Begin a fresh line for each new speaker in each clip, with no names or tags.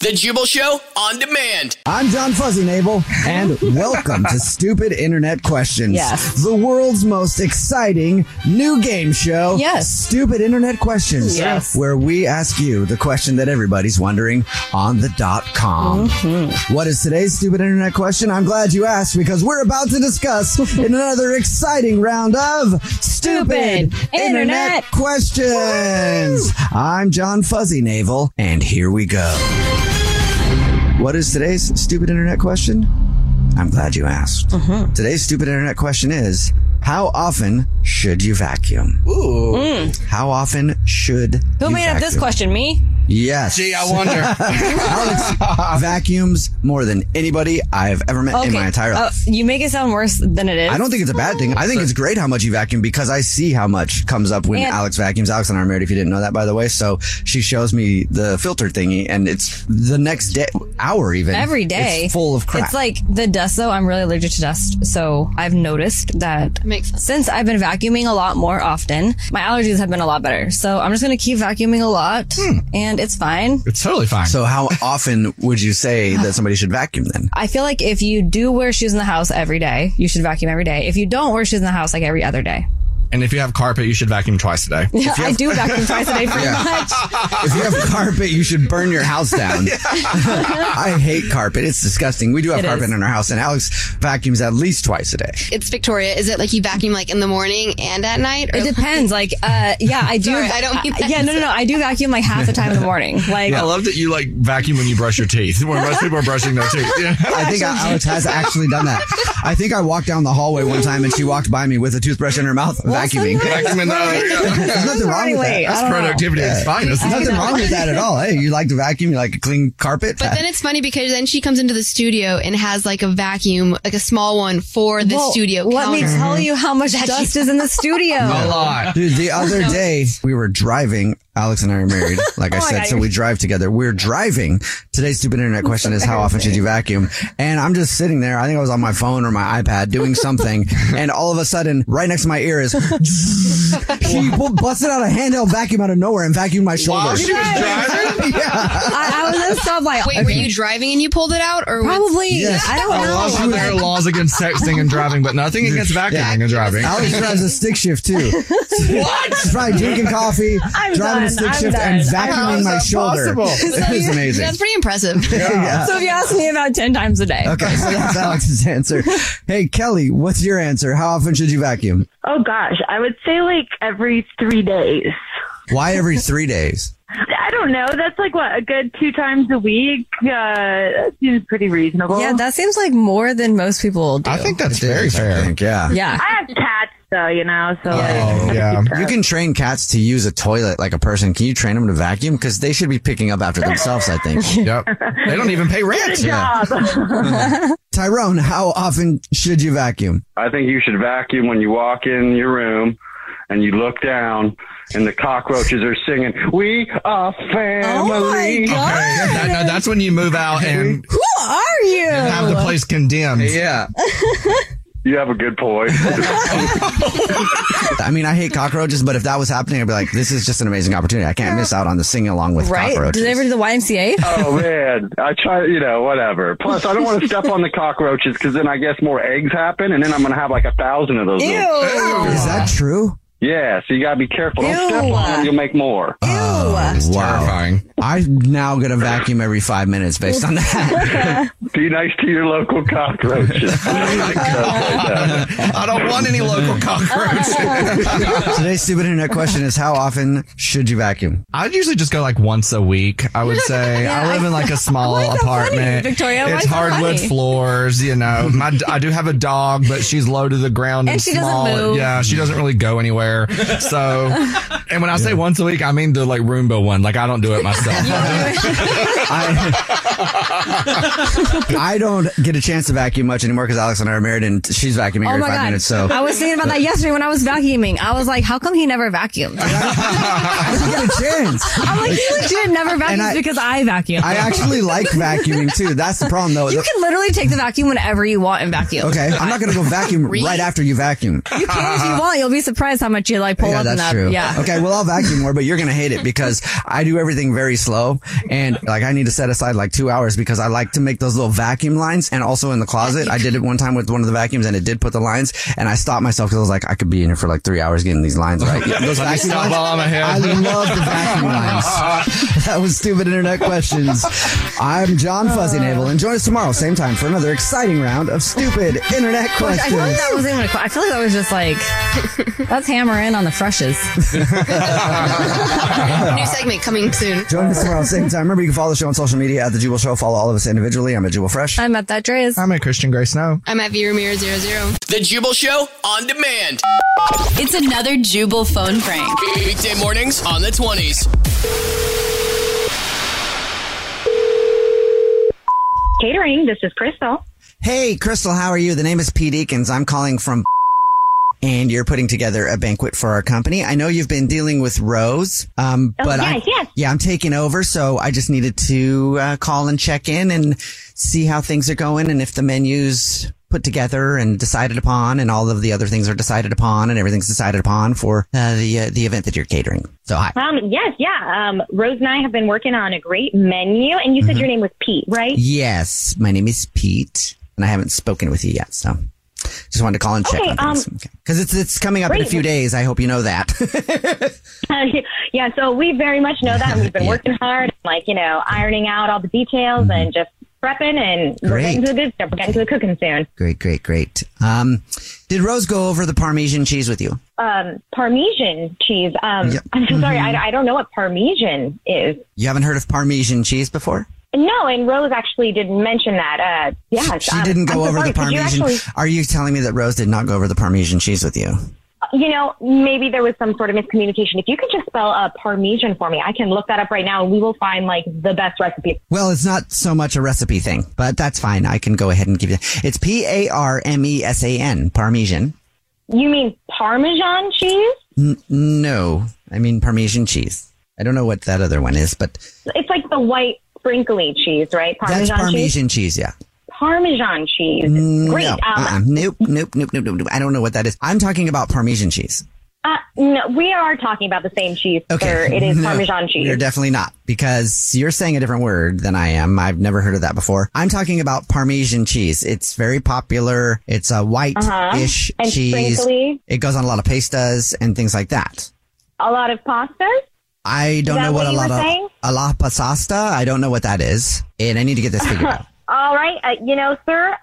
The Jubal Show on demand.
I'm John Fuzzy Navel, and welcome to Stupid Internet Questions.
Yes.
The world's most exciting new game show.
Yes.
Stupid Internet Questions.
Yes.
Where we ask you the question that everybody's wondering on the dot com.
Mm-hmm.
What is today's Stupid Internet Question? I'm glad you asked because we're about to discuss in another exciting round of Stupid,
Stupid Internet
Questions. I'm John Fuzzy Navel, and here we go. What is today's stupid internet question? I'm glad you asked.
Mm-hmm.
Today's stupid internet question is How often should you vacuum? Ooh. How often should
Who
you
made up this
vacuum?
question? Me?
Yes.
Gee, I wonder.
Alex vacuums more than anybody I've ever met in my entire
Uh,
life.
you make it sound worse than it is.
I don't think it's a bad thing. I think it's great how much you vacuum because I see how much comes up when
And-
Alex vacuums. Alex and I are married, if you didn't know that, by the way. So she shows me the filter thingy, and it's the next day, hour even.
Every day.
It's full of crap.
It's like the dust, though. I'm really allergic to dust. So I've noticed that,
makes sense.
since I've been vacuuming a lot more often, my allergies have been a lot better. So I'm just going to keep vacuuming a lot
Hmm.
and it's fine.
it's totally fine.
So how often would you say that somebody should vacuum then?
I feel like if you do wear shoes in the house every day, you should vacuum every day. If you don't wear shoes in the house, like every other day.
and if you have carpet, you should vacuum twice a day.
I do vacuum twice a day pretty much.
If you have carpet, you should burn your house down. I hate carpet. It's disgusting. We do have
It
carpet
is.
in our house and Alex vacuums at least twice a day.
It's Victoria. Is it like you vacuum like in the morning and at night? Or
It depends. Like, uh, yeah, I do.
Sorry, I don't mean that.
yeah, no, no, no. I do vacuum like half the time in the morning. Like,
I love that you like vacuum when you brush your teeth. When most people are brushing their teeth. Yeah.
I think Alex has actually done that. I think I walked down the hallway one time and she walked by me with a toothbrush in her mouth vacuuming.
Vacuum in the
There's nothing wrong with
Late.
that.
I
That's
don't know.
productivity. It's fine. It's
There's nothing wrong with that at all. Hey, you like to vacuum? You like a clean carpet?
But then it's funny because then she comes into the studio and has like a vacuum, like a small one for the
Well,
studio
Let
counter.
me tell you how much dust is in the studio.
a lot.
Mm-hmm. Dude, the other day we were driving. Alex and I are married, like I
Oh my
said,
God,
so
you're-
we drive together. We're driving. Today's stupid internet question is how often should you vacuum? And I'm just sitting there. I think I was on my phone or my iPad doing something, and all of a sudden, right next to my ear is she bu- busted out a handheld vacuum out of nowhere and vacuumed my
While
shoulder.
she was driving,
yeah.
I, I was in a stoplight.
Wait, were you driving and you pulled it out, or was-
Probably.
Yes.
I don't
I love how
know.
there are laws against texting and driving, but nothing against vacuuming and driving.
Alex drives a stick shift too. what? She's probably drinking coffee,
I'm
driving a
done.
stick
I'm
shift, and
done.
How
vacuuming
is
my
that
shoulder.
possible?
It is amazing.
That's pretty impressive.
So if you ask me about ten times a day,
Okay, so that's Alex's answer. Hey, Kelly, what's your answer? How often should you vacuum?
Oh gosh, I would say like every three days.
Why every three days?
I don't know. That's like what a good two times a week. Uh, that seems pretty reasonable.
yeah, that seems like more than most people do.
I think that's very
I
fair.
think, yeah.
yeah.
I have cats though, you know. So
Oh,
like,
yeah.
You can train cats to use a toilet like a person. Can you train them to vacuum? Because they should be picking up after themselves, I think.
Yep. They don't even pay rent.
Good job.
Tyrone, how often should you vacuum?
I think you should vacuum when you walk in your room and you look down and the cockroaches are singing, We are
Oh
family.
That- that- that's when you move out and
Who are you?
have the place condemned. Yeah.
You have a good point.
I mean, I hate cockroaches, but if that was happening, I'd be like, this is just an amazing opportunity. I can't miss out on the sing along with
right? Did
cockroaches.
they ever do the YMCA?
oh man, I try, you know, whatever. Plus, I don't want to step on the cockroaches because then I guess more eggs happen, and then I'm gonna have like a thousand of those. little-
Is that true?
Yeah, so you gotta be careful. Don't step
Ew.
on them; you'll make more.
Oh,
It's terrifying. I'm Oh, now going to vacuum every five minutes based on that.
Be nice to your local cockroaches.
I don't want any local
Oh,
cockroaches.
Today's stupid internet question is how often should you vacuum?
I'd usually just go like once a week. I would say
Yeah,
I live in like a small apartment.
Victoria? Why
it's
so
hardwood
funny?
floors. You know, my I do have a dog, but she's low to the ground
And
and,
she doesn't
small.
move.
Yeah, she doesn't really go anywhere. So, and when I say once a week, I mean the like Roomba one. Like I don't do it myself.
I don't get a chance to vacuum much anymore because Alex and I are married and she's vacuuming
Oh
every
my
five
god!
minutes. So
I was thinking about that yesterday when I was vacuuming. I was like, "How come he never vacuums?"
I didn't get a chance.
I'm like, "He legit never vacuums
I-
because I vacuum."
I actually like vacuuming too. That's the problem though.
You can literally take the vacuum whenever you want and vacuum.
okay, I'm not going to go vacuum
Really?
right after you vacuum.
You can if you want. You'll be surprised how much you like pull
yeah,
up and
that's
up.
true.
Yeah.
Okay, well, I'll vacuum more, but you're going to hate it because I do everything very slow. And like, I need to set aside like two hours because I like to make those little vacuum lines. And also in the closet, I did it one time with one of the vacuums and it did put the lines. And I stopped myself because I was like, I could be in here for like three hours getting these lines right. Yeah, those
Let me
vacuum
stop
lines-
while I'm ahead.
I love the vacuum lines. that was stupid internet questions. I'm John Fuzzynavel and join us tomorrow, same time, for another exciting round of stupid internet
Which I feel like
questions.
that wasn't even a question. I feel like that was just like, let's hammer in on the freshes.
New segment coming soon.
Join us tomorrow, same time. Remember, you can follow the show on social media at The Jubal Show. Follow all of us individually. I'm at Jubal Fresh.
I'm at That Dre's.
I'm at Christian Gray Snow.
I'm at V Ramirez 00.
The Jubal Show on demand.
It's another Jubal phone prank.
Weekday mornings on the 20s.
Catering, this is Crystal.
Hey, Crystal, how are you? The name is Pete Eakins. I'm calling from and you're putting together a banquet for our company. I know you've been dealing with Rose, um,
Oh,
but
yes,
I'm,
yes.
yeah, I'm taking over. So I just needed to uh, call and check in and see how things are going and if the menus put together and decided upon and all of the other things are decided upon and everything's decided upon for uh, the uh, the event that you're catering. So hi.
Um, yes, yeah. Um, Rose and I have been working on a great menu, and you said
Mhm.
your name was Pete, right?
Yes, my name is Pete, and I haven't spoken with you yet, so just wanted to call and check
Okay,
on
um,
things. Because it's it's coming up in a
great.
few days. I hope you know that.
Uh, yeah, so we very much know that. and We've been working hard, like, you know, ironing out all the details and just prepping, and we're
Mm-hmm. Great.
getting to the good stuff. We're getting to the cooking soon.
great, great, great. Um, did Rose go over the Parmesan cheese with you?
Um, Parmesan cheese. Um,
Yep.
I'm so sorry,
Mm-hmm.
I, I don't know what Parmesan is.
You haven't heard of Parmesan cheese before?
No, and Rose actually didn't mention that. Uh, yeah,
she didn't go over the Parmesan.
You, actually,
Are you telling me that Rose did not go over the Parmesan cheese with you?
you know, maybe there was some sort of miscommunication. If you could just spell uh, Parmesan for me, I can look that up right now, and we will find like the best recipe.
Well, it's not so much a recipe thing, but that's fine. I can go ahead and give you. It's P A R M E S A N, Parmesan.
You mean Parmesan cheese?
N- no, I mean Parmesan cheese. I don't know what that other one is, but
It's like the white sprinkly cheese, right? Parmesan
that's
cheese.
Parmesan cheese. yeah.
Parmesan cheese.
Mm,
Great.
No,
Um,
uh-uh. nope, nope, nope, nope, nope, nope. I don't know what that is. I'm talking about Parmesan cheese.
uh, no, we are talking about the same cheese, sir. It is
Uh-uh. No,
Parmesan cheese.
You're definitely not because you're saying a different word than I am. I've never heard of that before. I'm talking about Parmesan cheese. It's very popular. It's a white-ish
Uh-huh. And
cheese.
sprinkly.
It goes on a lot of pastas and things like that.
A lot of pastas.
I don't
Is that
know what,
what
a
you
lot
were
of
saying?
a la pasasta. I don't know what that is, and I need to get this figured out.
All right. Uh, you know, sir,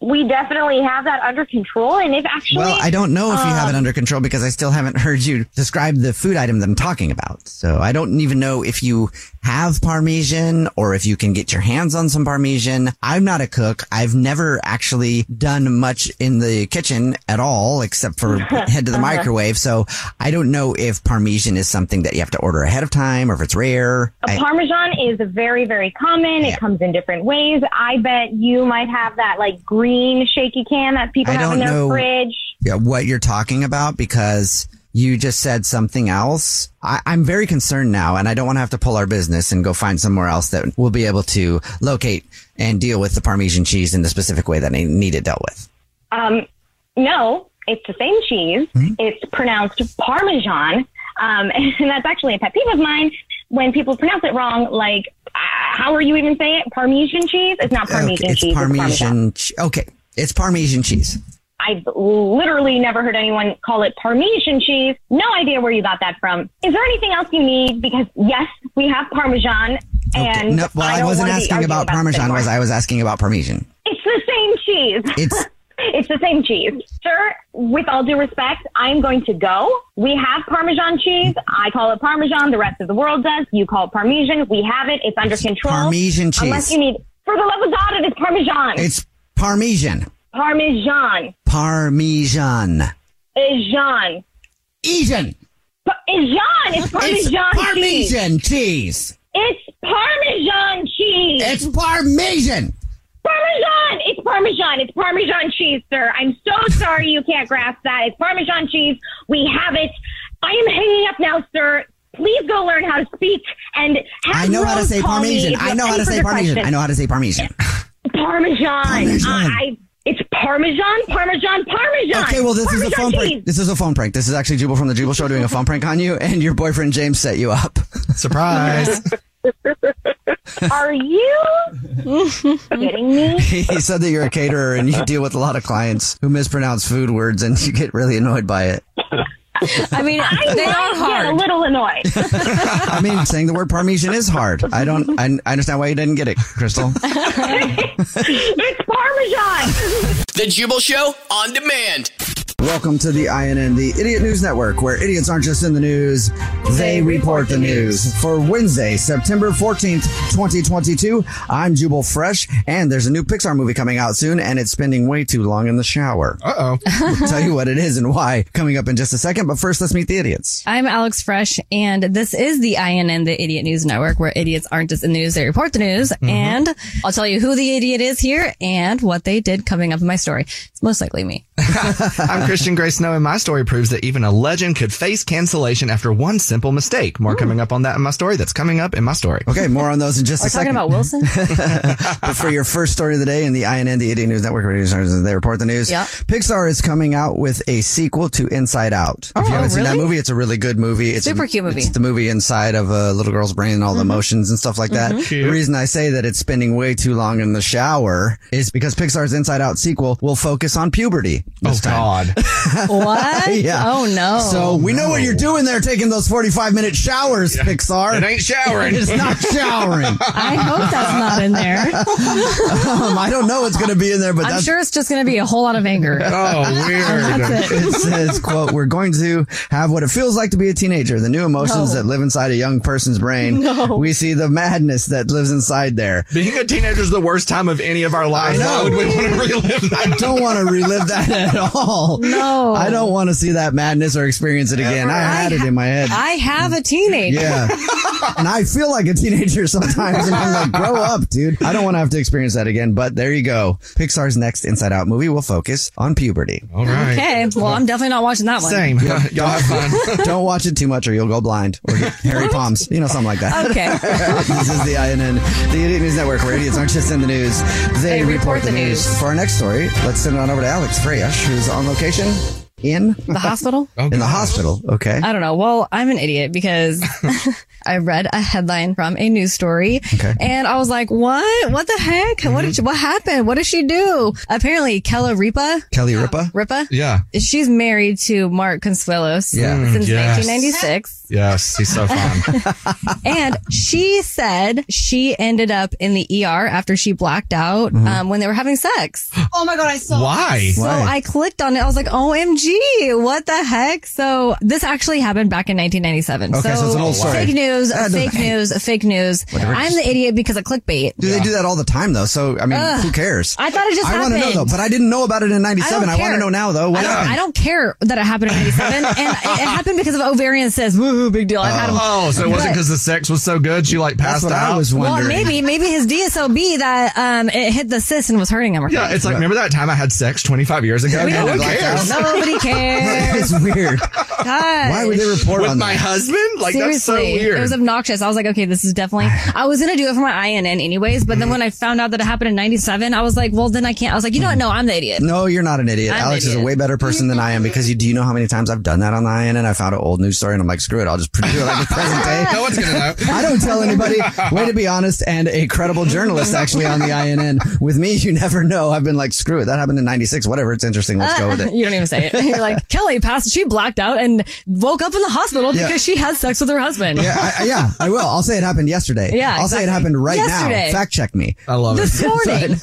we definitely have that under control. And if actually,
Well, I don't know if you have it
um,
under control because I still haven't heard you describe the food item that I'm talking about. So I don't even know if you have Parmesan or if you can get your hands on some Parmesan. I'm not a cook. I've never actually done much in the kitchen at all except for head to the
Uh-huh.
microwave. So I don't know if Parmesan is something that you have to order ahead of time or if it's rare. I-
Parmesan is very, very common. It comes in different ways. I bet you might have that like green shaky can that people
I
have in
don't
their
know.
fridge.
yeah, what you're talking about because you just said something else. I, I'm very concerned now, and I don't want to have to pull our business and go find somewhere else that will be able to locate and deal with the Parmesan cheese in the specific way that I need it dealt with.
Um, no, it's the same cheese.
Hmm?
It's pronounced Parmesan. Um, and that's actually a pet peeve of mine when people pronounce it wrong. Like, ah, how are you even saying it? Parmesan cheese? It's not Parmesan
okay, it's
cheese. It's Parmesan.
Parmesan. che- okay, it's Parmesan cheese.
I've literally never heard anyone call it Parmesan cheese. No idea where you got that from. Is there anything else you need? Because yes, we have Parmesan.
Okay,
And
no, well, I,
don't
wasn't
wanna be
asking
arguing
about
this
Parmesan.
anymore.
Was I was asking about Parmesan?
It's the same cheese.
It's-
It's the same cheese. Sir, with all due respect, I'm going to go. We have Parmesan cheese. I call it Parmesan. The rest of the world does. You call it Parmesan. We have it. It's under control.
Parmesan cheese.
Unless you need, for the love of God, it is Parmesan.
It's Parmesan.
Parmesan.
Parmesan.
Ijan.
Ijan.
Pa- Ijan. It's
It's
Parmesan cheese.
Parmesan cheese.
It's Parmesan cheese.
It's Parmesan.
Parmesan. It's Parmesan. It's Parmesan cheese, sir. I'm so sorry you can't grasp that. It's Parmesan cheese. We have it. I am hanging up now, sir. Please go learn how to speak and have
I know how to
Rose
say
call me
Parmesan.
if you
I
have
know how
any
to say
further
Parmesan.
questions.
I know how to say Parmesan.
Parmesan.
Parmesan.
I, it's Parmesan. Parmesan. Parmesan.
Okay, well, this
Parmesan
is a phone
cheese.
prank. This is a phone prank. This is actually Jubal from the Jubal Show doing a phone prank on you, and your boyfriend James set you up. Surprise!
Are you kidding me?
he said that you're a caterer and you deal with a lot of clients who mispronounce food words, and you get really annoyed by it.
I mean, I
they
might
are
Get a
hard.
little annoyed.
I mean, saying the word Parmesan is hard. I don't. I, I understand why you didn't get it, Crystal.
it's Parmesan.
The Jubal Show on demand.
Welcome to the INN, the Idiot News Network, where idiots aren't just in the news, they report the news. For Wednesday, September 14th, 2022, I'm Jubal Fresh, and there's a new Pixar movie coming out soon, and it's spending way too long in the shower. Uh oh. we'll tell you what it is and why coming up in just a second, but first, let's meet the idiots.
I'm Alex Fresh, and this is the INN, the Idiot News Network, where idiots aren't just the news, they report the news.
Mm-hmm.
And I'll tell you who the idiot is here and what they did coming up in my story. It's most likely me.
I'm Christian Gray Snow, and my story proves that even a legend could face cancellation after one simple mistake. More coming up on that in my story. That's coming up in my story.
Okay, more on those in just
We're
a
talking
second.
about Wilson?
but for your first story of the day in the INN, the Idiot News Network, radio stations, they report the news.
Yep.
Pixar is coming out with a sequel to Inside Out. if you haven't seen that
Oh, really?
movie, it's a really good movie. It's
Super cute movie. Mm-hmm.
It's the movie inside of a little girl's brain and all the emotions and stuff like that.
Mhm.
The reason I say that it's spending way too long in the shower is because Pixar's Inside Out sequel will focus on puberty. This oh, time. God.
what?
Yeah.
Oh, no.
So we know what you're doing there, taking those 45 minute showers, Pixar.
It ain't showering.
it's not showering.
I hope that's not in there.
um, I don't know what's going to be in there, but
I'm
that's Oh,
sure it's just going to be a whole lot of anger.
Oh,
That's it.
it says, quote, we're going to have what it feels like to be a teenager, the new emotions
No.
that live inside a young person's brain.
No.
We see the madness that lives inside there.
Being a teenager is the worst time of any of our lives.
I
Why
know.
would we want to relive that?
I don't want to relive that at all.
No.
I don't want to see that madness or experience it again. I had it in my head.
I have a teenager.
yeah. and I feel like a teenager sometimes. And I'm like, grow up, dude. I don't want to have to experience that again. But there you go. Pixar's next Inside Out movie will focus on puberty.
All right.
Okay. Well, I'm definitely not watching that one.
Same. Y'all have fun.
Don't watch it too much or you'll go blind or get hairy palms, you know, something like that.
Okay.
this is the INN, the Idiot News Network, where idiots aren't just in the news, they, report, the news. For our next story, let's send it on over to Alex Freyash, who's on location. In
The hospital?
in the hospital. Okay.
I don't know. Well, I'm an idiot because I read a headline from a news story
Okay.
and I was like, what? What the heck? What did she, what happened? What did she do? Apparently, Kella Ripa.
Kelly Ripa.
Ripa?
Yeah.
She's married to Mark Consuelos
Yeah. Mm,
since
yes.
1996.
Yes, he's so fun.
and she said she ended up in the ER after she blacked out
Mm-hmm.
Mhm.
um, when they were having sex.
Oh my god, I saw.
Why?
So I clicked on it. I was like, "OMG, what the heck?" So this actually happened back in 1997.
Okay, so it's an old story.
Fake news,
That doesn't-
fake news, fake news.
Whatever.
I'm the idiot because of clickbait.
Do they do that all the time though? So I mean,
Ugh.
who cares?
I thought it just
I want to know
happened.
though, but I didn't know about it in '97. I,
don't
want to
care.
know now though. Why
I don't,
not?
I don't care that it happened in 97. and it, it happened because of ovarian cysts. Woohoo, big deal. I've had them.
Oh, so it wasn't
But-
because the sex was so good you like
That's
passed
what I
out?
was
Well, maybe maybe his DSOB that um it hit the cyst and was hurting him. Or
Yeah,
something.
it's like remember that time I had sex 25 years ago?
We
Yeah,
don't
who
care.
cares?
Nobody cares.
it's weird. Why would they report
With
on
my
that?
husband? Like that's so
Seriously,
weird.
It was obnoxious. I was like, okay, this is definitely. I was gonna do it for my INN anyways, but then when I found out that it happened in '97, I was like, well, then I can't. I was like, you know what? No, I'm the idiot.
No, you're not an idiot.
I'm an
Alex is a
idiot.
way better person than I am because you do you know how many times I've done that on the IN and I found an old news story and I'm like, screw it, I'll just do it like it's present day.
no one's gonna know.
I don't tell anybody. Way to be honest and a credible journalist actually on the INN. With me, you never know. I've been like, screw it, that happened in 96, whatever, it's interesting, Mm-hmm. let's go with it.
Uh, you don't even say it. You're like Kelly passed. She blacked out and woke up in the hospital
Yeah.
because she had sex with her husband.
Yeah, I, I- yeah, I will. I'll say it happened yesterday.
Yeah,
I'll say it
exactly.
happened right
Yesterday.
now. Fact check me.
I love
This morning,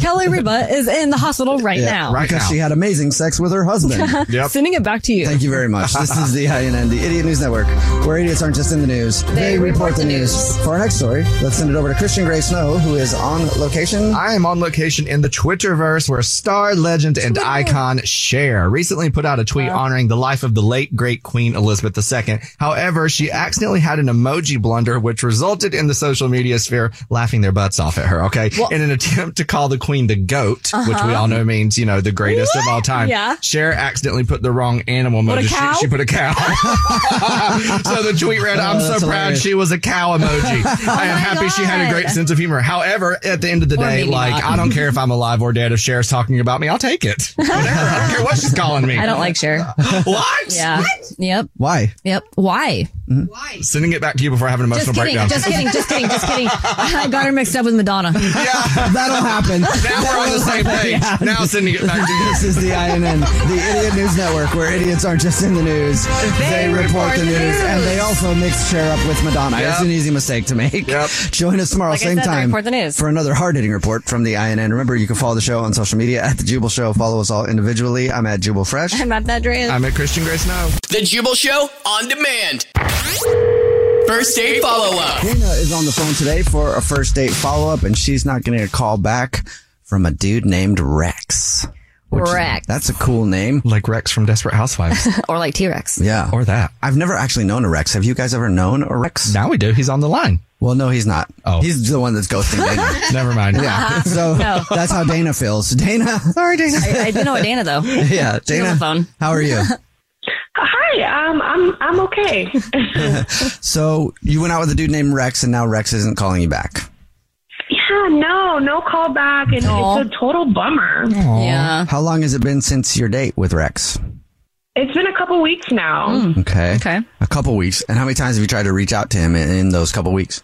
Kelly Ripa is in the hospital right now.
because she had amazing sex with her husband.
Sending it back to you.
Thank you very much. This is the INN, the Idiot News Network, where idiots aren't just in the news, they, report the news. For our next story, let's send it over to Christian Gray Snow, who is on location.
I am on location in the Twitterverse where star legend and icon Cher recently put out a tweet honoring the life of the late great Queen Elizabeth II. However, she accidentally had an emoji blunder which resulted in the social media sphere laughing their butts off at her, okay? in an attempt to call the queen the goat, which we
Uh-huh.
all know means, you know, the greatest of all time.
Yeah.
Cher accidentally put the wrong animal
What, a
emoji. She-
cow?
She, put a cow. so the tweet read, I'm
Oh,
so
that's
proud
hilarious.
she was a cow emoji.
Oh
I am
my
happy she had a great
God.
sense of humor. However, at the end of the
Or
day,
maybe
like
not.
I don't care if I'm alive or dead. If Cher's talking about me, I'll take it. Whatever. I don't care what she's calling me.
I don't like Cher.
What?
Yeah. Yep.
Why? Hmm?
Yep. Why?
Why? Sending it back to you before I have an emotional
Just kidding,
breakdown.
just kidding. Just kidding. Just kidding. I got her mixed up with Madonna.
That'll happen.
Now we're on the same page. Now sending it back to you.
This is the INN, the Idiot News Network, where idiots aren't just in the news. They, report the news. And they also mix Cher up with Madonna.
Yep.
It's an easy mistake to make. Join us tomorrow,
Like I
same
said, they
time,
report the news.
for another hard-hitting report from the INN. Remember, you can follow the show on social media at The Jubal Show. Follow us all individually. I'm at Jubal Fresh.
I'm at that dream.
I'm at Christian Grace Snow.
The Jubal Show on demand. First date follow up.
Dana is on the phone today for a first date follow-up, and she's not getting a call back from a dude named Rex.
Rex.
That's a cool name.
Like Rex from Desperate Housewives.
or like T Rex.
Yeah.
Or that.
I've never actually known a Rex. Have you guys ever known a Rex?
Now we do. He's on the line.
Well, no, he's not. Oh. He's the one that's ghosting Dana.
Never mind.
yeah. So
No.
that's how Dana feels. Dana. Sorry, Dana.
I, I do know Dana though.
Yeah.
She's on
Dana.
the phone.
How are you?
Hi, um, I'm I'm okay.
so you went out with a dude named Rex, and now Rex isn't calling you back.
yeah, no, no call back, and it's a total bummer.
Yeah.
How long has it been since your date with Rex?
It's been a couple weeks now.
Hmm.
Okay.
Okay.
A couple weeks. And how many times have you tried to reach out to him in, in those couple weeks?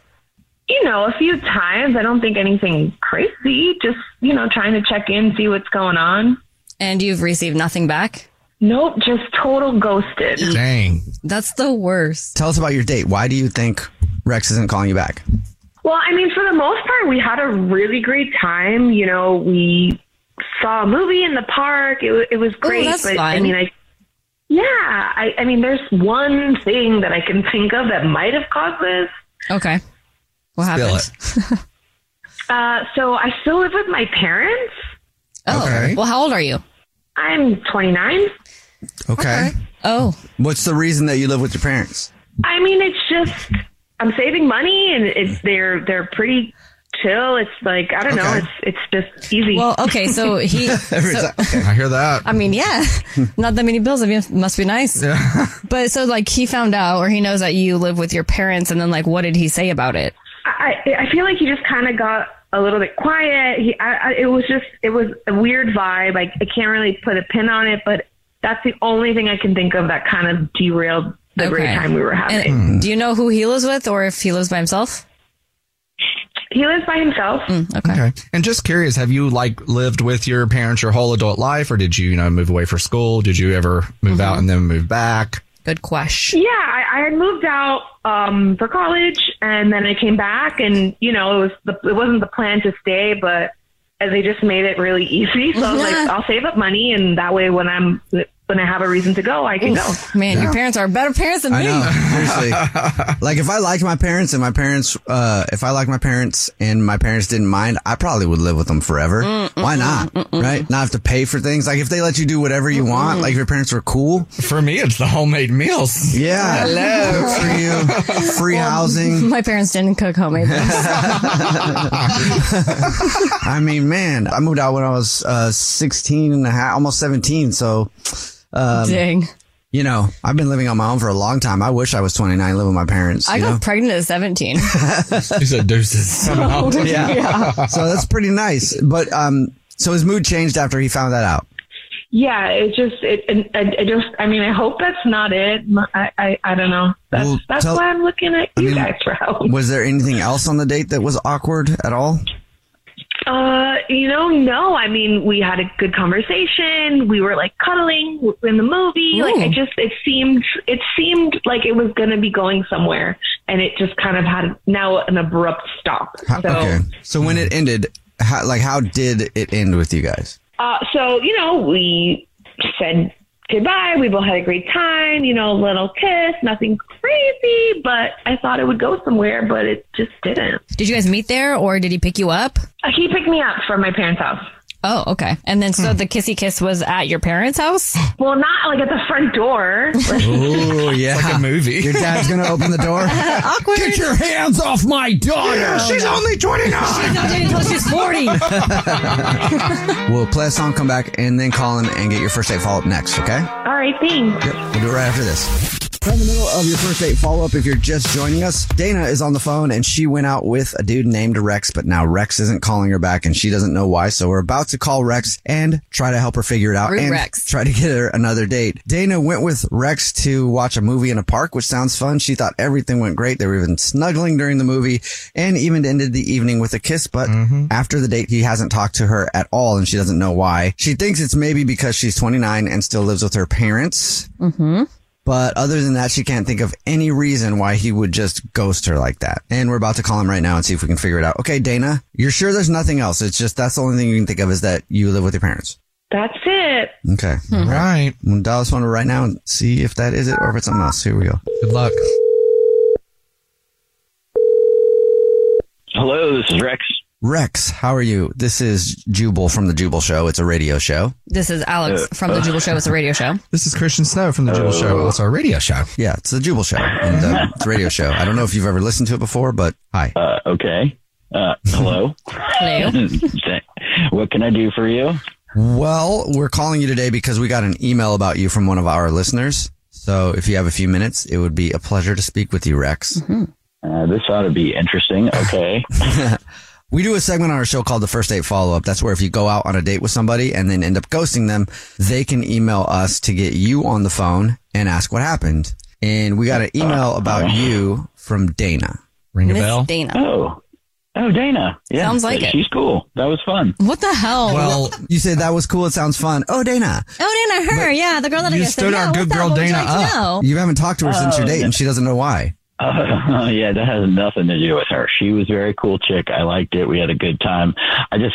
You know, a few times. I don't think anything crazy. Just you know, trying to check in, see what's going on.
And you've received nothing back.
Nope, just total ghosted.
Dang.
That's the worst.
Tell us about your date. Why do you think Rex isn't calling you back?
Well, I mean, for the most part, we had a really great time. You know, we saw a movie in the park. It, wa- it was great.
Oh, that's
but I
fun.
mean, I yeah, I, I mean, there's one thing that I can think of that might have caused this.
Okay. What happened?
Uh, so I still live with my parents.
Oh.
Okay.
Well, how old are you?
I'm 29.
Okay.
Oh.
What's the reason that you live with your parents?
I mean, it's just I'm saving money, and it's they're they're pretty chill. It's like I don't know.
Okay.
It's it's just easy.
Well, okay. So he. so-
I hear that.
I mean, yeah, not that many bills. I mean, must be nice.
Yeah.
But so, like, he found out or he knows that you live with your parents, and then, like, what did he say about it?
I I feel like he just kind of got a little bit quiet. He I, I, it was just it was a weird vibe. I I can't really put a pin on it, but That's the only thing I can think of that kind of derailed the great time we were having.
And do you know who he lives with or if he lives by himself?
He lives by himself.
Mm, okay.
And just curious, have you like lived with your parents your whole adult life, or did you, you know, move away for school? Did you ever move out and then move back?
Mm-hmm. Good question.
Yeah, I, I had moved out um, for college, and then I came back, and you know, it was the, it wasn't the plan to stay, but uh, they just made it really easy. So I was like, I'll save up money, and that way, when I'm when I have a reason to go, I can go.
Man, your parents are better parents than
I
me.
know. Seriously. like if I liked my parents and my parents, uh, if I liked my parents and my parents didn't mind, I probably would live with them forever.
Mm,
Why not? Right? Not have to pay for things. Like if they let you do whatever
Mm,
you want, like if your parents were cool.
For me, it's the homemade meals.
Yeah.
Hello.
For you, free housing.
My parents didn't cook homemade
I mean, man, I moved out when I was uh, 16 and a half, almost 17. So, um,
Dang.
You know, I've been living on my own for a long time. I wish I was 29, living with my parents.
I
you
got
know?
pregnant at 17.
She said deuces.
Oh,
yeah.
yeah.
so that's pretty nice. But um, so his mood changed after he found that out.
Yeah, it just it and, and I just I mean I hope that's not it. I I, I don't know. That's
Well,
that's
tell-
why I'm looking at you guys for help.
Was there anything else on the date that was awkward at all?
Uh, you know, no. I mean, we had a good conversation. We were like cuddling w- in the movie. Like, I just it seemed it seemed like it was going to be going somewhere, and it just kind of had now an abrupt stop. So,
okay. So when it ended, how, like how did it end with you guys?
uh, so you know, we said goodbye. We both had a great time. You know, a little kiss, nothing crazy, but I thought it would go somewhere, but it just didn't.
Did you guys meet there or did he pick you up?
Uh, He picked me up from my parents' house. Hmm.
Oh, okay. And then so the kissy kiss was at your parents' house?
Well, not like at the front door.
Oh yeah, like a movie. Your dad's gonna open the door.
Awkward.
Get your hands off my daughter.
she's only 29.
She's not dating until she's 40.
We'll play a song, come back, and then call in and get your first date follow up next. Okay.
All right, thanks.
Yep. We'll do it right after this. We're in the middle of your first date follow up. If you're just joining us, Dana is on the phone and she went out with a dude named Rex, but now Rex isn't calling her back and she doesn't know why. So we're about to call Rex and try to help her figure it out
Rude
and
Rex.
try to get her another date. Dana went with Rex to watch a movie in a park, which sounds fun. She thought everything went great. They were even snuggling during the movie and even ended the evening with a kiss. But after the date, he hasn't talked to her at all and she doesn't know why. She thinks it's maybe because she's 29 and still lives with her parents.
Mm-hmm.
But other than that, she can't think of any reason why he would just ghost her like that. And we're about to call him right now and see if we can figure it out. Okay, Dana, you're sure there's nothing else. It's just that's the only thing you can think of is that you live with your parents.
That's it.
Okay.
All right.
I'm gonna dial this one right now and see if that is it or if it's something else. Here we go.
Good luck.
Hello, this is Rex.
Rex, how are you? This is Jubal from the Jubal Show. It's a radio show.
This is Alex from The Jubal Show. It's a radio show.
This is Christian Snow from the Jewel Show,
Oh.
also a radio show.
Yeah, it's the Jubal Show. And uh, it's a radio show. I don't know if you've ever listened to it before, but hi.
Uh, okay. Uh, hello.
Hello.
what can I do for you?
Well, we're calling you today because we got an email about you from one of our listeners. So if you have a few minutes, it would be a pleasure to speak with you, Rex.
Uh, this ought to be interesting. Okay.
We do a segment on our show called the first date follow up. That's where if you go out on a date with somebody and then end up ghosting them, they can email us to get you on the phone and ask what happened. And we got an email about
Uh-huh.
you from Dana.
Ring a
Miss
bell.
Dana.
oh. Oh, Dana. Yeah.
Sounds like
that-
it. Oh,
She's cool. That was fun.
What the hell?
Well,
You said that was cool. It sounds fun. Oh, Dana,
oh, Dana, her. yeah, the girl that I
you
just
stood
said,
our
yeah,
good
what's
girl
up? What would you
Dana
like to know?
up.
you haven't talked to her since
Oh,
your date and she doesn't know why.
Uh, yeah, that has nothing to do with her. She was a very cool chick. I liked it. We had a good time. I just,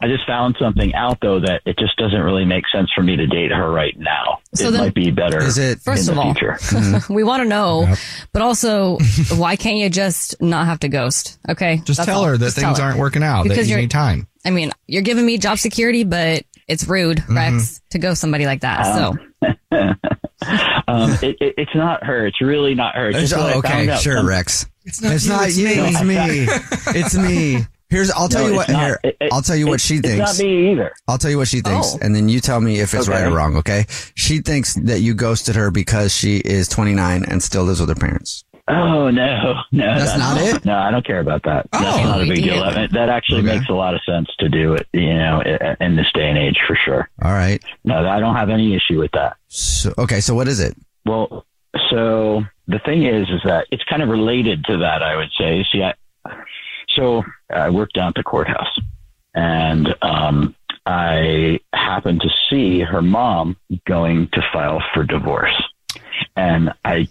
I just found something out though that it just doesn't really make sense for me to date her right now.
So
it
then-
might be better
Is it-
First of
in the
all,
future.
we want to know, but also, why can't you just not have to ghost? Okay.
Just
That's
tell
all.
her that
Just tell
things
her.
aren't working out,
Because
that you
you're-
need time.
I mean, you're giving me job security, but it's rude, Rex, to go somebody like that. so
um, it, it, it's not her. It's really not her. It's just what I
oh,
found
okay,
out.
sure,
Some-
Rex. It's not you. It's me. It's me. Here's, I'll tell
No,
you
it's
what,
not.
here,
It- it-
I'll tell you what
it's-
she
it's
thinks.
not me either.
I'll tell you what she thinks,
Oh.
and then you tell me if it's
Okay.
right or wrong, okay? She thinks that you ghosted her because she is 29 and still lives with her parents.
Oh no, no,
that's not it. Oh,
No, I don't care about that. that's not a big deal. I mean, that actually makes a lot of sense to do it. You know, i- in this day and age, for sure.
All right.
No, I don't have any issue with that.
So, okay, so what is it?
Well, so the thing is, is that it's kind of related to that. I would say. See, I, so I worked down at the courthouse, and um, I happened to see her mom going to file for divorce. And I,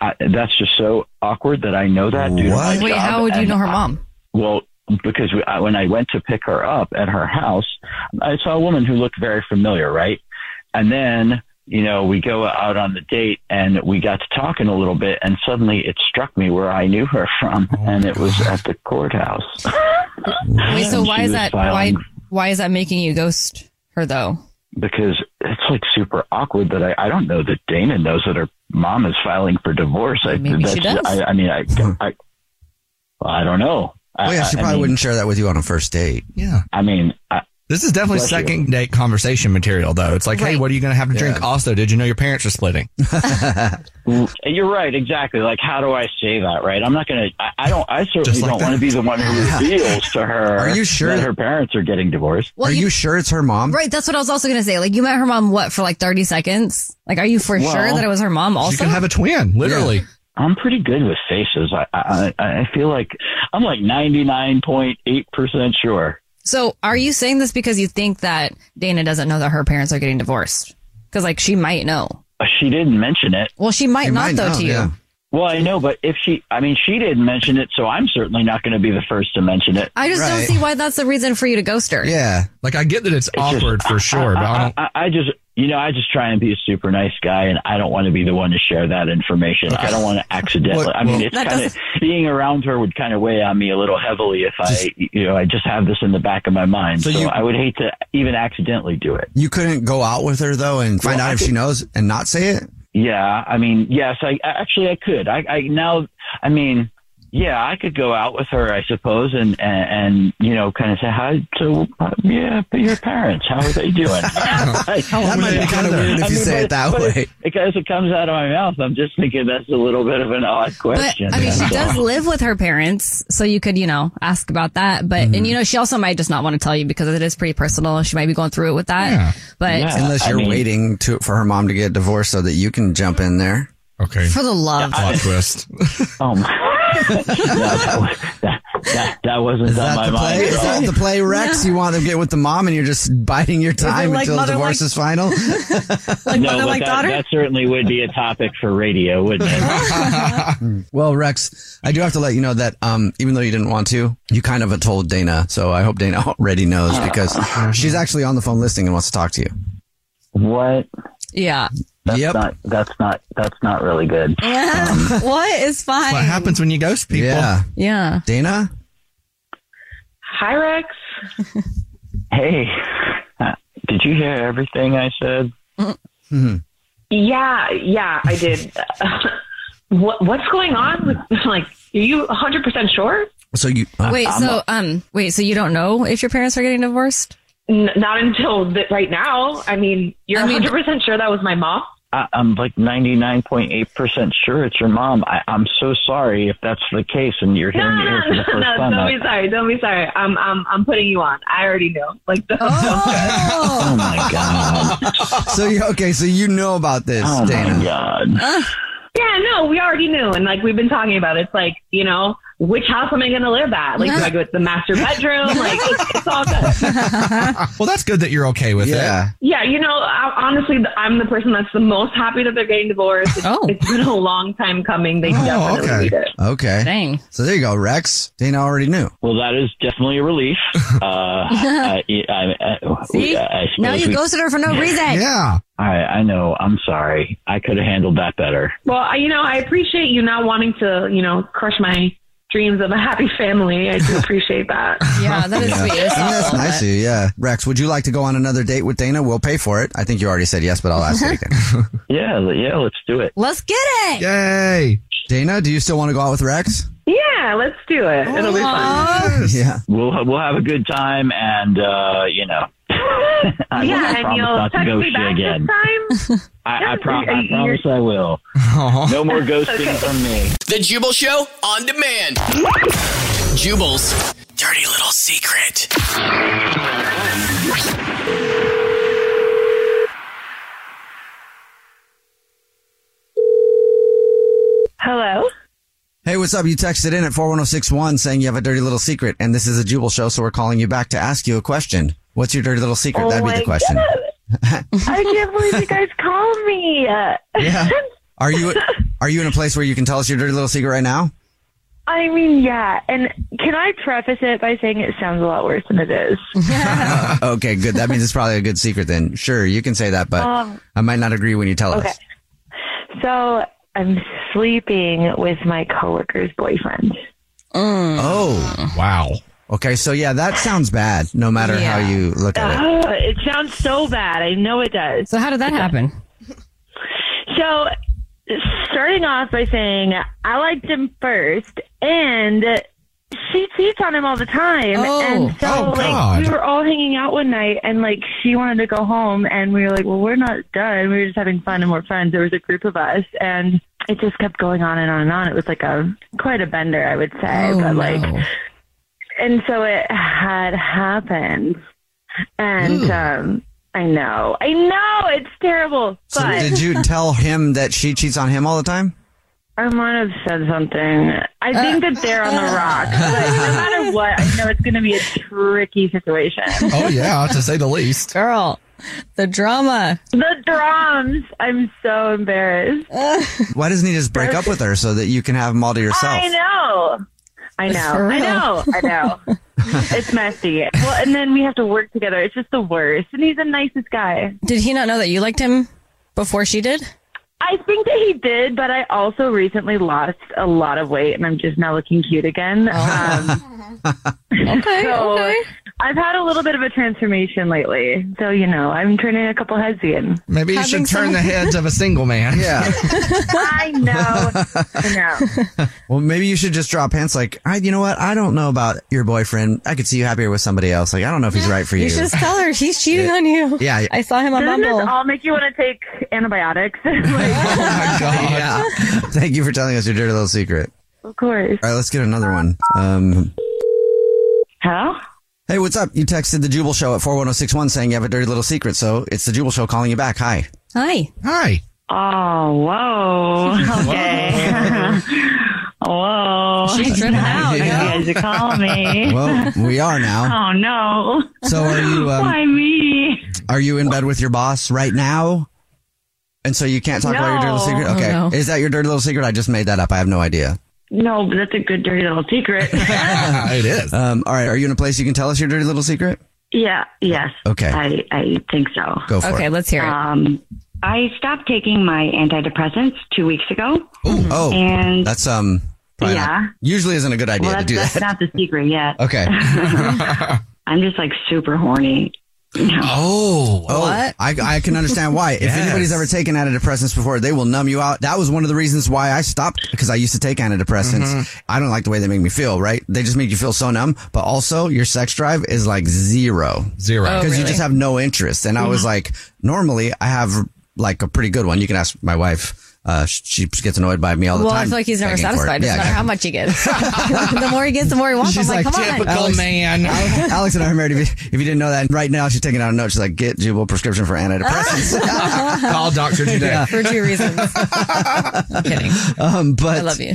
I, that's just so awkward that I know that. Due to my
Wait,
job,
how would you
and
know her mom?
well, because we, I, when I went to pick her up at her house, I saw a woman who looked very familiar, right? And then, you know, we go out on the date and we got to talking a little bit, and suddenly it struck me where I knew her from,
Oh
and it was at the courthouse.
Wait, so
And
why
she
is
was
that?
filing-
Why why is that making you ghost her though?
Because it's like super awkward that I, I don't know that Dana knows that her mom is filing for divorce. I,
Maybe she does.
I, I mean, I, I, I don't know.
Oh Hmm. yeah, she probably wouldn't share that with you on a first date.
Yeah.
I mean, I,
This is definitely
Bless you.
second date conversation material, though. It's like, hey, what are you going to have to drink? Also, did you know your parents are splitting?
Mm.
You're right, exactly. Like, how do I say that? Right? I'm not gonna. I, I don't. I certainly
Just like
don't want
that.
to be the one who reveals to her.
Are you sure?
that her parents are getting divorced?
are you, sure it's her mom?
Right, that's what I was also gonna say. Like you met her mom what for like thirty seconds? Like are you for
Well,
sure that it was her mom also?
a twin,
literally.
I'm pretty good with faces. I I, I I feel like I'm like 99.8 percent sure.
so are you saying this because you think that Dana doesn't know that her parents are getting divorced? Because like she might know.
Uh, She didn't mention it.
Well, she might not though to you.
Well, I know, but if she, I mean, she didn't mention it, so I'm certainly not going to be the first to mention it.
I just don't see why that's the reason for you to ghost her.
Yeah.
Like, I get that it's, awkward for sure, but I don't.
I, I just, you know, I just try and be a super nice guy, and I don't want to be the one to share that information. I don't want to accidentally.
What-
I mean,
well-
it's
That
kind of being around her would kind of weigh on me a little heavily if I, you know, I just have this in the back of my mind. So,
So you-
I would hate to even accidentally do it.
You couldn't go out with her though and find
Well,
out
I
if she
could-
knows and not say it.
Yeah, I mean, yes, I I- actually I could. I, I now, I mean, yeah, I could go out with her, I suppose, and and, and you know, kind of say hi. So, uh, yeah, but your parents, how are they doing?
that might be kind of weird if you say it that way.
Because it comes out of my mouth, I'm just thinking that's a little bit of an odd
But
question.
I mean, she
that's
does
all.
live with her parents, so you could, you know, ask about that. But and
Mm-hmm.
you know, she also might just not want to tell you because it is pretty personal. She might be going through it with that. But
unless you're waiting to for her mom to get divorced so that you can jump in there.
Okay.
for the love,
Plot twist.
Oh my! no, that, was- that, that, that wasn't
Is
on
that
my
the
mind.
play?
at
Is
all.
that the play Rex? You want them to get with the mom and you're just biding your time
like
until the
mother,
divorce
like-
is final?
no, but that, that certainly would be a topic for radio, wouldn't it?
well, Rex, I do have to let you know that um, even though you didn't want to, you kind of told Dana. So I hope Dana already knows because she's actually on the phone listening and wants to talk to you.
What?
yeah.
That's not that's not that's not really good.
what is fine?
What happens when you ghost people?
Yeah.
Yeah.
Dana?
Hi, Rex.
Hey, uh, did you hear everything I said?
Mm-hmm.
Yeah, yeah, I did. what What's going on? With, like, are you 100% sure?
So you. uh,
Wait, so um, wait, so you don't know if your parents are getting divorced?
N- not until th- right now. I mean, you're 100% sure that was my mom?
I, I'm like 99.8% sure it's your mom. I, I'm so sorry if that's the case and you're hearing it here for the first
no,
time.
don't
I-
be sorry. Don't be sorry. I'm, I'm, I'm putting you on. I already know. Like, don't,
oh my god.
so you okay? So you know about this,
Oh, my
Dana?
God.
Yeah, no, we already knew, and like we've been talking about, it. it's like you know, which house am I going to live at? Like, do I go to the master bedroom? Like, it's, it's all good.
Well, that's good that you're okay with it.
Yeah, you know, I, honestly, th- I'm the person that's the most happy that they're getting divorced. It's,
Oh.
it's been a long time coming. They
Oh,
definitely
okay.
need it.
Okay.
Dang.
So there you go, Rex. Dana already knew.
Well, that is definitely a relief. Uh, I, I, I,
See?
I, I
Now
suppose
you
we-
ghosted her for no reason.
Yeah.
I, I know. I'm sorry. I could have handled that better.
Well, I, you know, I appreciate you not wanting to, you know, crush my dreams of a happy family. I do appreciate that.
Yeah, that is
Yeah.
sweet.
I
It's
think that's
awful,
nice
but-
of you, yeah. Rex, would you like to go on another date with Dana? We'll pay for it. I think you already said yes, but I'll ask it again.
Yeah, l- yeah. Let's do it.
Let's get it.
Yay.
Dana, do you still want to go out with Rex?
Yeah, let's do it. It'll be fun.
Yeah.
We'll we'll have a good time, and uh, you know.
yeah,
I won't
and
promise
you'll
not to
text me
ghost you
back
again.
this time.
I, I, pro- I
you're-
promise I will. No more ghosting
Okay.
from me.
The Jubal Show on demand. Jubal's dirty little secret.
Hello.
Hey, what's up? You texted in at 41061 saying you have a dirty little secret, and this is a Jubal show, so we're calling you back to ask you a question. What's your dirty little secret?
Oh
That'd be
my
the question.
I can't believe you guys called me.
Yeah. Are you are you in a place where you can tell us your dirty little secret right now?
I mean, yeah. And can I preface it by saying it sounds a lot worse than it is?
okay, good. That means it's probably a good secret then. Sure, you can say that, but
Um,
I might not agree when you tell
okay.
us.
So I'm sleeping with my coworker's boyfriend.
Oh. Wow. Okay, so yeah, that sounds bad no matter how you look at it.
Oh, it sounds so bad. I know it does. So how did that
happen?
So starting off by saying I liked him first and she cheats on him all the time.
Oh.
and so
Oh,
like
God.
we were all hanging out one night and like she wanted to go home and we were like, Well, we're not done. We were just having fun and we're friends. There was a group of us and it just kept going on and on and on. It was like a quite a bender, I would say.
Oh,
but like
no.
and so it had happened. And um, I know, I know, it's terrible.
So
but
did you tell him that she cheats on him all the time?
I might have said something.
Uh,
I think that they're on the rocks. But no matter what, I know it's going to be a tricky situation.
Oh yeah, to say the least.
Girl, the drama.
The drums. I'm so embarrassed.
Uh.
Why doesn't he just break up with her so that you can have him all to yourself?
I know. I know.
For
I
real.
know. I know. it's messy. Well, and then we have to work together. It's just the worst. And he's the nicest guy.
Did he not know that you liked him before she did?
I think that he did, but I also recently lost a lot of weight, and I'm just now looking cute again.
Oh.
Um, okay, okay. I've had a little bit of a transformation lately, so you know I'm turning a couple heads again.
Maybe you should turn the heads of a single man.
Yeah.
I know. I know.
Well, maybe you should just drop hints like, I, you know what? I don't know about your boyfriend. I could see you happier with somebody else. Like, I don't know if he's right for you.
You should just tell her he's cheating on you.
Yeah.
I saw him on
Doesn't
Bumble.
this all make you want to take antibiotics?
Oh, Yeah. Thank you for telling us your dirty little secret.
of course.
All right, let's get another one. Um,
Hello?
Hey, what's up? You texted the Jubal Show at 41061 saying you have a dirty little secret. So it's the Jubal Show calling you back. Hi.
Hi.
Hi.
Oh, whoa. Okay. whoa.
She's driven out,
You guys are calling me.
well, we are now.
Oh no.
So are you, um,
Why me?
Are you in bed with your boss right now? And so you can't talk about your dirty little
No.
secret?
Oh,
Okay.
no.
Is that your dirty little secret? I just made that up. I have no idea.
No, but that's a good dirty little secret.
it is. Um, all right. Are you in a place you can tell us your dirty little secret?
Yeah, yes.
Okay.
I, I think so.
Go for Okay, it.
let's hear it.
Um, I stopped taking my antidepressants two weeks ago.
Oh,
and
that's um. probably not-
Yeah.
usually isn't a good idea
well,
to
that's,
do
that's
that.
not the secret yet.
Okay.
I'm just like super horny.
Oh, oh,
What?
I, I can understand why. If
Yes.
anybody's ever taken antidepressants before, they will numb you out. That was one of the reasons why I stopped because I used to take antidepressants.
Mhm.
I don't like the way they make me feel. Right? They just make you feel so numb. But also, your sex drive is like zero, zero,
Oh,
because you
really?
just have no interest. And I was
Mm-hmm.
Mhm.
like, normally I have like a pretty good one. You can ask my wife. Uh, she gets annoyed by me all the
well,
time.
I feel like he's never
begging for it.
satisfied. Doesn't
Yeah,
matter how much he gets. the more he gets, the more he wants.
She's
I'm like,
like,
come on.
typical man.
Alex, Alex and I are married. If you, if you didn't know that, right now she's taking out a note. She's like, get Jubal prescription for antidepressants.
Call doctor today.
Yeah.
For two reasons.
Um, but
I love you.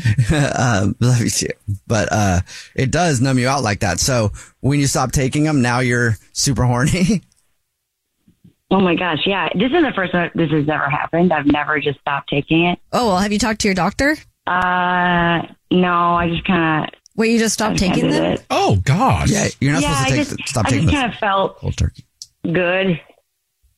um, love you too. But uh, it does numb you out like that. So when you stop taking them, now you're super horny.
Oh my gosh, yeah. This is the first time this has ever happened. I've never just stopped taking it.
Oh well, have you talked to your doctor?
Uh, no, I just kind of.
Wait, you just stopped taking them?
Oh gosh.
Yeah, you're not
yeah,
supposed to
I
take
just,
the- stop
I
taking
just
the-
kind of felt
Cold turkey.
good.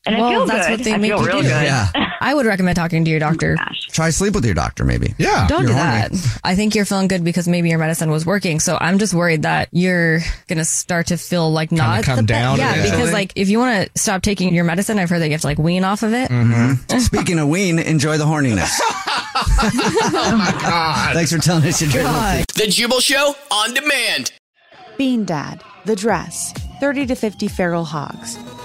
And
well,
I feel
that's
good.
what they
I
make
feel
you
real
do.
good.
I would recommend talking to your doctor.
Try sleep with your doctor, maybe.
Don't
You're
do
horny.
that. I think you're feeling good because maybe your medicine was working. So I'm just worried that you're going to start to feel like not.
come
the be-
down
Yeah, because
eventually.
like if you want to stop taking your medicine, I've heard that you have to like wean off of it.
Mhm. Speaking of ween, enjoy the horniness.
oh my
God. Thanks for telling us your dirty little secret.
The Jubal Show on demand.
Bean Dad, The Dress, 30 to 50 Feral Hogs.